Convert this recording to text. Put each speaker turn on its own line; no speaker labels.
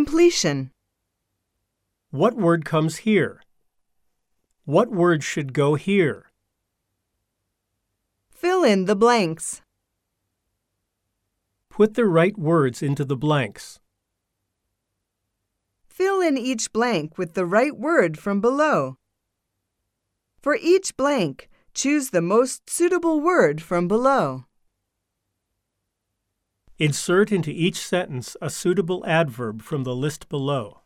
Completion.
What word comes here? What word should go here?
Fill in the blanks.
Put the right words into the blanks.
Fill in each blank with the right word from below. For each blank, choose the most suitable word from below.
Insert into each sentence a suitable adverb from the list below.